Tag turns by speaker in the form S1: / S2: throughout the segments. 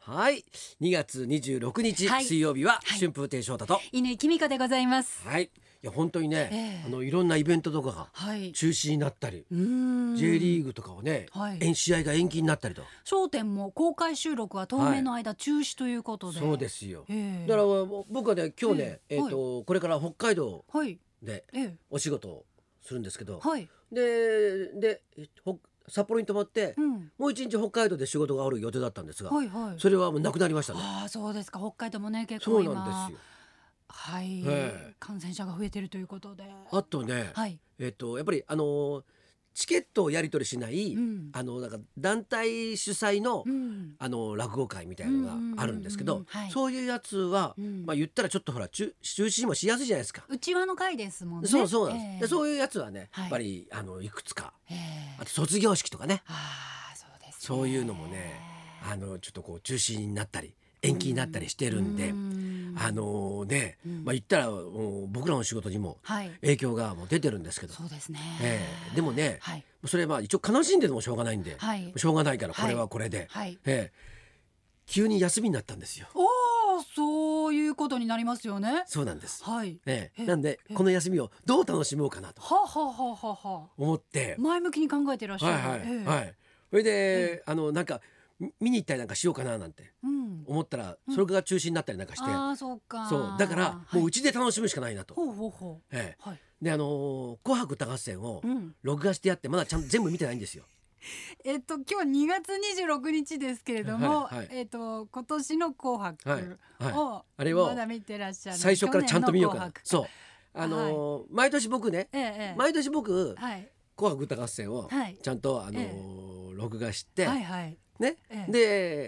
S1: はい2月26日、
S2: はい
S1: 水曜日は
S2: はい
S1: 春風亭昇太と
S2: 犬井美子でございます。
S1: はいいや本当にね、
S2: ええ
S1: あのいろんなイベントとかが
S2: はい。
S1: 中止になったり、
S2: うーん。
S1: J リー
S2: グ。
S1: グとかはね、
S2: はい
S1: えん試合が延期になったりと
S2: 商店も公開収録は当面の間中止ということで。。
S1: そうですすよ、
S2: ええ。
S1: だからもう僕はね今日ね、え
S2: ええ
S1: っ、と、これから北海道
S2: はい。
S1: で
S2: ええ。
S1: お仕事をするんですけど、
S2: はい。
S1: ででえっとほ札幌に泊まって、
S2: うん。
S1: もう一日北海道で仕事がある予定だったんですが、
S2: はいはい。
S1: それはもうなくなりましたね
S2: ああそうですか北海道もね結
S1: そ
S2: 構
S1: う
S2: 今
S1: なんですよ
S2: はい、
S1: ええ
S2: 感染者が増えてるということで
S1: あとね、
S2: はい、
S1: えっとやっぱりあのーチケットをやり取りしない、
S2: うん
S1: あのなんか団体主催の、
S2: うん
S1: あの落語会みたいなのがあるんですけど、
S2: うんうんうんうんはい
S1: そういうやつは、
S2: うん
S1: まあ言ったらちょっとほら中中止もしやすいじゃないですか。
S2: うちわの会ですもんね
S1: そうそうなんです、で
S2: う、
S1: そういうやつはね、
S2: はい
S1: やっぱりあのいくつか
S2: ええ
S1: あと卒業式とかね
S2: ああそうです、ね、
S1: そういうのもねあのちょっとこう中止になったり延期になったりしてるんで、
S2: うん
S1: あのね、
S2: うん
S1: まあ言ったらもう僕らの仕事にも
S2: はい
S1: 影響がもう出てるんですけど、
S2: そうですね、
S1: ええでもね
S2: はい
S1: それはまあ一応悲しんでてもしょうがないんで、
S2: はい
S1: しょうがないから
S2: はい
S1: これはこれで、
S2: はい
S1: ええ急に休みになったんですよ。
S2: おおそういうことになりますよね
S1: そうなんです。
S2: はい
S1: ええ
S2: え
S1: なんで
S2: え
S1: この休みをどう楽しもうかなと
S2: はあはあはあはあはあ
S1: 思って、
S2: 前向きに考えてらっしゃ
S1: は
S2: る
S1: いはい、
S2: ええ
S1: はい。それで、あのなんかみ見に行ったりなんかしようかななんて
S2: うん
S1: 思ったら
S2: うん
S1: それが中止になったりなんかして、
S2: ああそうか
S1: そうだから
S2: はい
S1: もううちで楽しむしかないなと。
S2: ほうほうほ
S1: ええ
S2: うはい
S1: であのー紅白歌合戦を
S2: うん
S1: 録画してやってまだちゃんと全部見てないんですよ。
S2: えっと今日2月26日ですけれども、
S1: はいはい
S2: えっと今年の紅白を、
S1: はいはあれを
S2: まだ見てらっしゃる
S1: 最初からちゃんと見ようかな
S2: 去。
S1: そうあのー毎年僕ね
S2: 年の紅白ええええ
S1: 毎年僕
S2: はい
S1: 「紅白歌合戦」を
S2: はい
S1: ちゃんと、あのー
S2: え
S1: 録画して、
S2: はいはい
S1: ね、
S2: ええ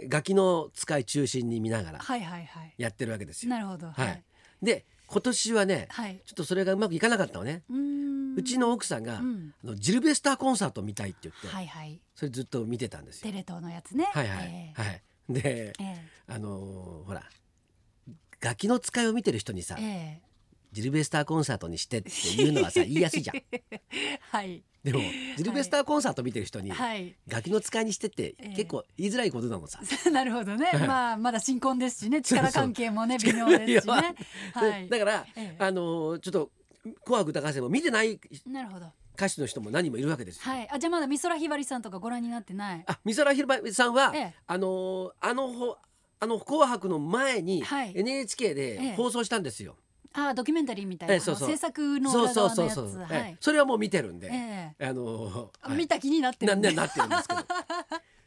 S1: でガキの使い中心に見ながら
S2: はいはいはい
S1: やってるわけですよ。
S2: なるほど
S1: はいで今年はね
S2: はい
S1: ちょっとそれがうまくいかなかったのね。
S2: うーん
S1: うちの奥さん
S2: う
S1: が、
S2: ん
S1: あのジルベスターコンサート見たいって言って、
S2: はいはい
S1: それずっと見てたんです
S2: テ
S1: よ。
S2: レ東のやつね
S1: はいはい、
S2: ええ
S1: はい。で
S2: え
S1: あのーほらガキの使いを見てる人にさ
S2: え、え
S1: ジルベスターコンサートにしてっていうのは さ言いやすいじゃん。
S2: えはい
S1: でもジルベスターコンサート見てる人に、
S2: はい
S1: ガキの使いにしてって
S2: ええ
S1: 結構言いづらいことなのさ。
S2: なるほどねまあまだ新婚ですしね
S1: そうそう
S2: 力関係もね微妙ですしねは
S1: で
S2: い
S1: だから、
S2: ええ
S1: あのーちょっと「紅白歌合戦」も見てない
S2: なるほど
S1: 歌手の人も何人もいるわけですよ。
S2: はいあじゃあまだ美空ひばりさんとかご覧になってない
S1: あ美空ひばりさんは、
S2: ええ
S1: あのーあのほあの紅白の前に
S2: はい
S1: NHK
S2: ええ
S1: で放送したんですよ。
S2: あドキュメンタリーみたいな、
S1: ええそうそう
S2: あの制作の
S1: そう
S2: 裏
S1: そう
S2: 側の
S1: そう
S2: やつ
S1: そう、
S2: は
S1: ええ
S2: い、
S1: それはもう見てるんで、
S2: ええ
S1: あのー
S2: あ
S1: はい
S2: 見た気になって
S1: な
S2: る
S1: ん
S2: んで
S1: でなってるんですけ ど。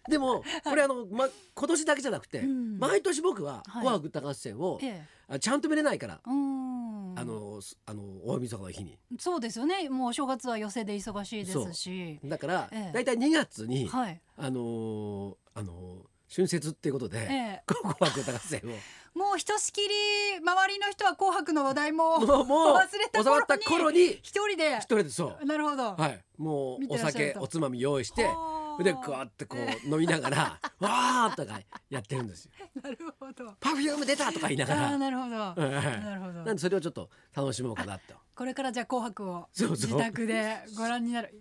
S1: でもこれあの、ま、今年だけじゃなくて、
S2: うん
S1: 毎年僕は「
S2: はい
S1: 紅白歌合戦を」
S2: ええ
S1: あちゃんと見れないから、
S2: うーん
S1: あのすあの大晦日の日に
S2: そうですよねもうお正月は寄せで忙しいですし
S1: だから、
S2: ええ
S1: だいたい2月に、
S2: はい
S1: あのーあのー春節っていうことで
S2: ええ
S1: 「紅白歌合戦」を。
S2: もうひとしきり周りの人は「紅白」の話題 も
S1: もうもう
S2: 忘れた
S1: 収まった
S2: 頃
S1: 頃
S2: に
S1: に
S2: 一人で
S1: 一人でそ
S2: なるほど、
S1: うはいも
S2: 見
S1: う
S2: て
S1: お
S2: らっしゃる
S1: 酒
S2: と
S1: おつまみ用意して
S2: はあ
S1: でクワってこう飲みながら わーとかやってるんですよ。
S2: なるほどあ
S1: パフューム出たとか言いなが
S2: あー
S1: ら。
S2: なるほど、
S1: うんはい
S2: なるほど
S1: なんでそれをちょっと楽しもうかなと。
S2: これからじゃあ紅白を
S1: そうそう
S2: 自宅でご覧になる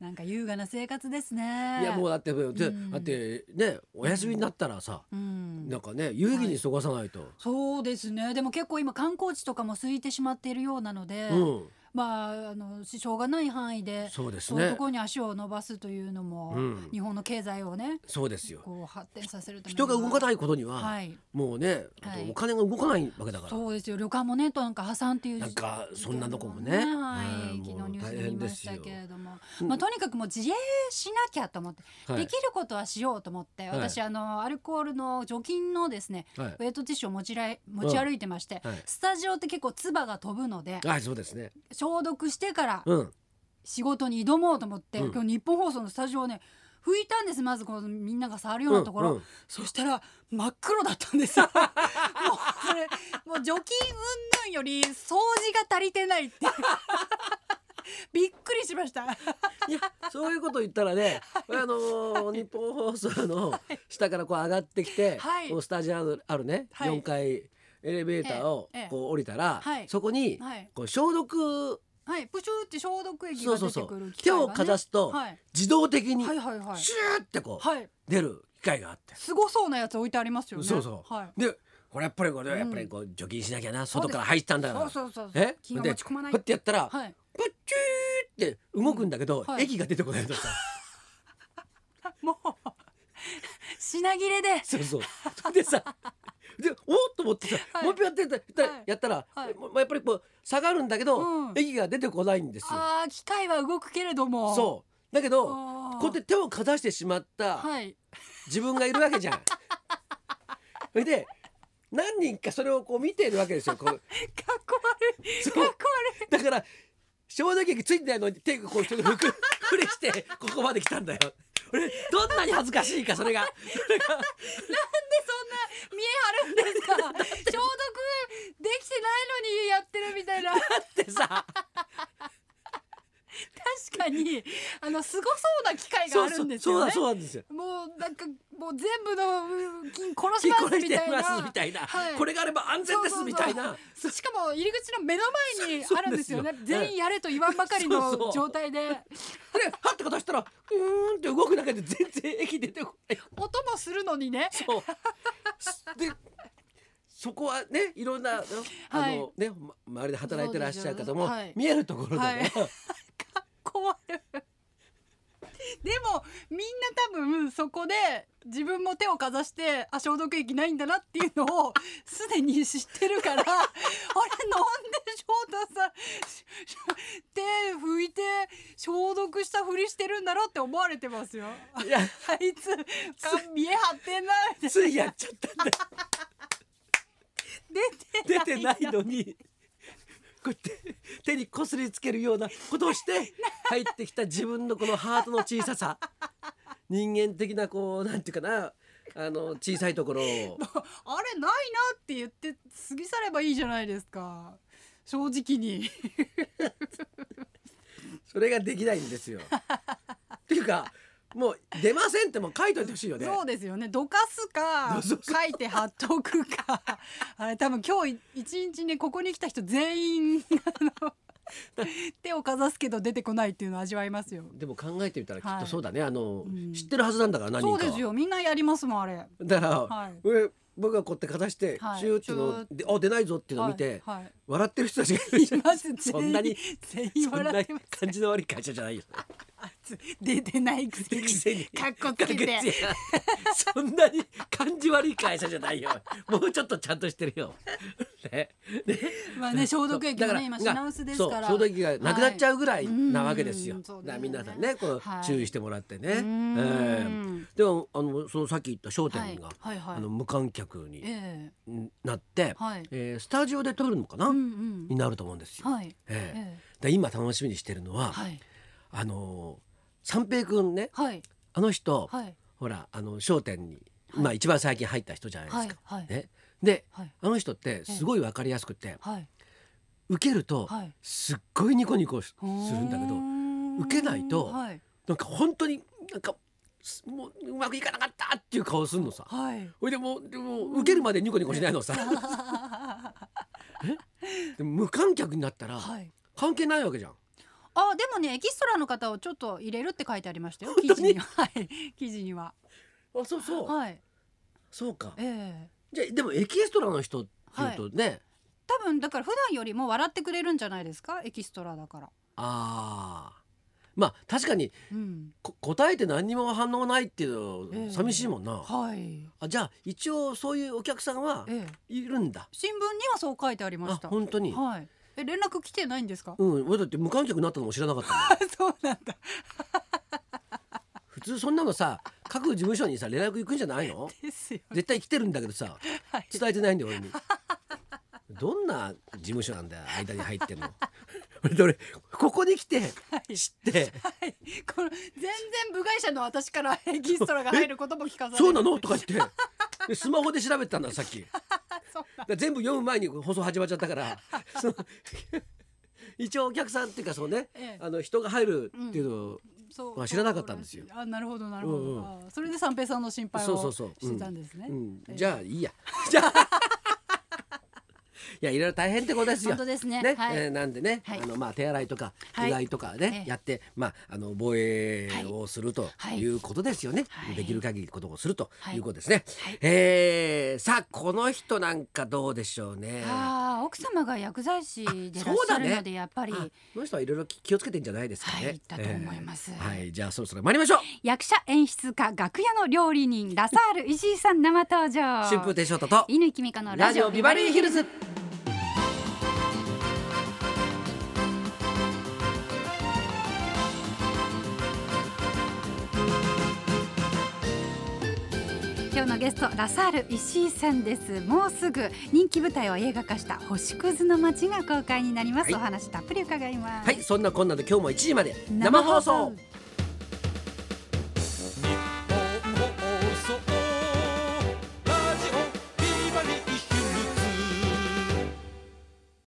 S2: なんか優雅な生活ですね
S1: いやもう
S2: う、
S1: だってで
S2: うん
S1: だってねお休みになったらさ
S2: うん
S1: なんかね有意義に過ごさないと。
S2: そうですねでも結構今観光地とかも空いてしまっているようなので、
S1: うん
S2: まああのししょうがない範囲で
S1: そうです
S2: いう
S1: ね
S2: とこ。ろに足を伸ばすというのも、
S1: うん
S2: 日本の経済をね
S1: そうですよ。
S2: こう発展させるため
S1: 人が動か
S2: い
S1: ないことには
S2: はい
S1: もうねあ
S2: はい
S1: とお金が動かないわけだから。
S2: そうですよ旅館もねとなんか破産っていう
S1: なんかそんなとこもね
S2: はい、
S1: うん
S2: 昨日ニュースで見ましたけれども、
S1: よ
S2: まあ、とにかくもう自衛しなきゃと思って、
S1: はい
S2: できることはしようと思って
S1: はい
S2: 私あのアルコールの除菌のですね
S1: はい
S2: ウェットティッシュを持ちらい持ち歩いてまして、
S1: はい
S2: スタジオって結構唾が飛ぶので
S1: あそうですね。
S2: 消毒してから
S1: うん
S2: 仕事に挑もうと思って、
S1: うん
S2: 今日日本放送のスタジオをね拭いたんですまずこのみんなが触るようなところ、
S1: うんうん
S2: そしたら真っ黒だったんですよもうそれもう除菌云々より掃除が足りて ないってびっくりしました
S1: いやそういうこと言ったら ね、あのー日本放送の下からこう上がってきて、
S2: はい
S1: こうスタジオあるあるね、
S2: はい
S1: 4階エレベーターを
S2: ええええ
S1: こう降りたら、
S2: はい
S1: そこに
S2: はい、
S1: こう消毒
S2: はい、プシューって消毒液
S1: そ
S2: が
S1: うそ
S2: 出
S1: うそ
S2: てく
S1: う
S2: る機
S1: 手
S2: 械が、ね、
S1: をかざすと
S2: はい、
S1: 自動的に
S2: はいはいはい
S1: シューってこ
S2: はいう
S1: 出る械があって
S2: すごそうなやつ置いてありますよね。
S1: そうそう
S2: はい。
S1: でこれやっぱりこれ
S2: うん
S1: やっぱりこう除菌しなきゃな
S2: そう
S1: 外
S2: です
S1: から入ったんだか
S2: そう
S1: ら
S2: そうそうそう。
S1: え
S2: 気が
S1: で
S2: 持ち込まない
S1: ふっ。てやったらパッ
S2: はい。
S1: チューって動くんだけど
S2: うんはい
S1: 液が出てこないとさ
S2: もう 品切れで。
S1: そうそうそれでさでおっと思ってさ
S2: はい
S1: もう一回やってたやった
S2: はい
S1: やったら
S2: はい
S1: もうやっぱりこう下がるんだけど
S2: うん
S1: 液が出てこないんですよ
S2: ああ機械は動くけれども。
S1: そうだけ
S2: う
S1: ど
S2: こ
S1: こうやって手をかざしてしまった
S2: はい。
S1: 自分がいるわけ じゃん。それで何人かそれをこう見ているわけですよ。 こう
S2: かっこ悪い。か
S1: そ
S2: っ
S1: う
S2: こ悪い。
S1: だから正直ついてないのに手がこうちょっとふくふれしてここまで来たんだよ。俺どんなに恥ずかしいかそれが。
S2: なんで そんな見え張るんですか。消毒できてないのにやってるみたいな。
S1: だってさ
S2: 確かにあのすごそうな機械が
S1: そ
S2: あ
S1: う
S2: る
S1: そ
S2: んで
S1: う
S2: す
S1: そう
S2: よ
S1: だ
S2: ね。
S1: そうなんですよ。
S2: もうなんかもう全部の菌殺し
S1: 結
S2: ます
S1: 婚し
S2: み
S1: て
S2: たい
S1: ます
S2: な
S1: み。たいな、
S2: はい
S1: これがあれば安全ですみたいな
S2: しかも入り口の目の前にあるんですよね
S1: そうそうですよ
S2: 全員やれと言わんばかり
S1: そうそ
S2: の
S1: う
S2: 状態で
S1: でハッてか出したらうーんって動くだけで全然液出てこない
S2: 音もするのにね
S1: そうでそこはねいろんなあの、
S2: はい
S1: あのね、ま、周りで働いてらっしゃる方も、
S2: そうですよねはい
S1: 見えるところでね、
S2: はいかっこ悪い でもみんな多分そこで自分も手をかざしてあ消毒液ないんだなっていうのをすでに知ってるからあれなんで翔太さんしし手拭いて消毒したふりしてるんだろうって思われてますよ。
S1: いや
S2: あいつ見え張ってんなみたいな
S1: ついやっちゃったんだ
S2: 出
S1: 出
S2: て
S1: て
S2: な
S1: ないいのにこうやって手にこすりつけるようなことをして入ってきた自分のこのハートの小ささ人間的なこうなんていうかなあの小さいところを
S2: あれないなって言って過ぎ去ればいいじゃないですか正直に
S1: それができないんですよ。っていうかもう出ませんってもう書いといてほしいよね。
S2: そうですよねどかすか
S1: そうそう
S2: 書いて貼っとくか あれ多分今日い一日ねここに来た人全員あの 手をかざすけど出てこないっていうのを味わいますよ
S1: でも考えてみたらきっ
S2: はい
S1: とそうだね、あの、
S2: うん
S1: 知ってるはずなんだから何人か
S2: そう
S1: は
S2: ですよみんなやりますもんあれ
S1: だから、
S2: はい
S1: 俺僕がこうやってかざして、
S2: はい
S1: シューっていうの
S2: シ
S1: を
S2: ューっ
S1: であ出ないぞっていうのを見て、
S2: はいはい
S1: 笑ってる人たちがいるじゃ
S2: い
S1: ん
S2: ます
S1: そんなに
S2: 全員
S1: そんな
S2: 笑ってます
S1: 感じの悪い会社じゃないよ。
S2: あいつ出てないくせに
S1: くせに
S2: かっこつけて
S1: かっこつけそんなに感じ悪い会社じゃないよ。もうちょっとちゃんとしてる よ。ね、ね
S2: まあね消毒液
S1: だ
S2: も
S1: から
S2: ね今品薄ですから
S1: そう消毒液がなくなっちゃうぐらいなわけですよ。
S2: はいうん
S1: だ
S2: そう
S1: か
S2: です
S1: ら
S2: よね
S1: 皆さんねこ
S2: は
S1: う
S2: い
S1: 注意してもらってね。
S2: うーん
S1: うんでもあのそのさっき言った商店が、
S2: はいはいはい
S1: あの無観客に
S2: え
S1: なって、
S2: はい
S1: えースタジオで撮るのかな、
S2: えうんう
S1: になると思うんですよ。
S2: んはい
S1: ええ
S2: ええ
S1: で今楽しみにしてるのは、
S2: はい
S1: あのー三平くんね
S2: はい
S1: あの人、
S2: はい
S1: ほらあの商店に、
S2: はい
S1: まあ一番最近入った人じゃないで
S2: は
S1: す
S2: い
S1: か。
S2: はい
S1: ね、で
S2: はい
S1: あの人ってすごいわかりやすくて、
S2: はい
S1: 受けると、
S2: はい
S1: すっごいニコニコす
S2: うー
S1: るんだけど受けないと
S2: はい
S1: なんか本当になんかすもううまくいかなかったっていう顔すんのさ。
S2: はい
S1: ほいでもうでもう受けるまでニコニコしないのさ。でも無観客になったら
S2: はい
S1: 関係ないわけじゃん。
S2: あでもねエキストラの方をちょっと入れるって書いてありましたよ記
S1: 本当
S2: 事
S1: に
S2: には はい記事には
S1: あそうそう、
S2: はい
S1: そうか。
S2: ええ
S1: じゃあでもエキストラの人っていうとね、
S2: 多分だから普段よりも笑ってくれるんじゃないですかエキストラだから
S1: ああまあ確かに
S2: うん
S1: こ答えて何にも反応ないっていう
S2: ええ
S1: の寂しいもんな、
S2: はい
S1: あじゃあ一応そういうお客さんは
S2: ええ
S1: いるんだ
S2: 新聞にはそう書いてありま
S1: あ
S2: した
S1: 本当に、
S2: はいえ連絡来てないんですか
S1: うん俺だって無観客になったのも知らなかったもん
S2: そうなんだ
S1: 普通そんなのさ各事務所にさ連絡行くんじゃない の
S2: ですよ
S1: 絶対来てるんだけどさ
S2: はい
S1: 伝えてないんだよ 俺にどんな事務所なんだよ間に入っても 俺俺ここに来て
S2: はい
S1: 知って
S2: はいこの全然部外者の私からエキストラが入ることも聞かされる
S1: そうなのとか言ってでスマホで調べてたんださ っきだか
S2: そうなん
S1: ら全部読む前に放送始まっちゃったから その一応お客さんっていうかそうね、
S2: ええ
S1: あの人が入るっていうのを、
S2: そう
S1: まあ知らなかったんですよ
S2: あなるほどなるほど、
S1: うんうん
S2: あそれで三平さんの心配
S1: そうそ
S2: を
S1: う
S2: し
S1: そう
S2: てたんですね
S1: うん
S2: ええ
S1: じゃあいいやじゃあやいろいろ大変ってことですよ。
S2: 本当ですねはい
S1: えーなんでね、
S2: はい
S1: あのまあ手洗いとか
S2: はいう
S1: がいとかね、
S2: ええ
S1: やってまああの防衛をすると
S2: はい
S1: いうことですよね。
S2: はい
S1: できる限りことをすると
S2: はい
S1: いうことですね。
S2: はい
S1: えーさあこの人なんかどうでしょうね。
S2: ああ奥様が薬剤師でいらっ
S1: そう
S2: し
S1: だ
S2: ゃる
S1: ね
S2: のでやっぱり、
S1: あこの人はいろいろ気をつけてんじゃないですかね。
S2: はいだと思います
S1: えーはいじゃあそろそろ参りましょう。
S2: 役者演出家楽屋の料理人ラサール石井さん生登場
S1: 春風亭昇太と
S2: 犬木美香の
S1: ラ
S2: ラ
S1: ジ
S2: ジ
S1: オ
S2: オ
S1: ビ
S2: ビ
S1: バ
S2: バ
S1: リ
S2: リ
S1: ー
S2: ー
S1: ヒ
S2: ヒ
S1: ル
S2: ル
S1: ズ
S2: ズ。今日のゲストラサール石井さんですもうすぐ人気舞台を映画化した星屑の街が公開になりま
S1: は
S2: す、
S1: い
S2: お話たっぷり伺います
S1: はいそんなこんなで今日も1時まで
S2: 生
S1: 生
S2: 放
S1: 放
S2: 送
S1: 送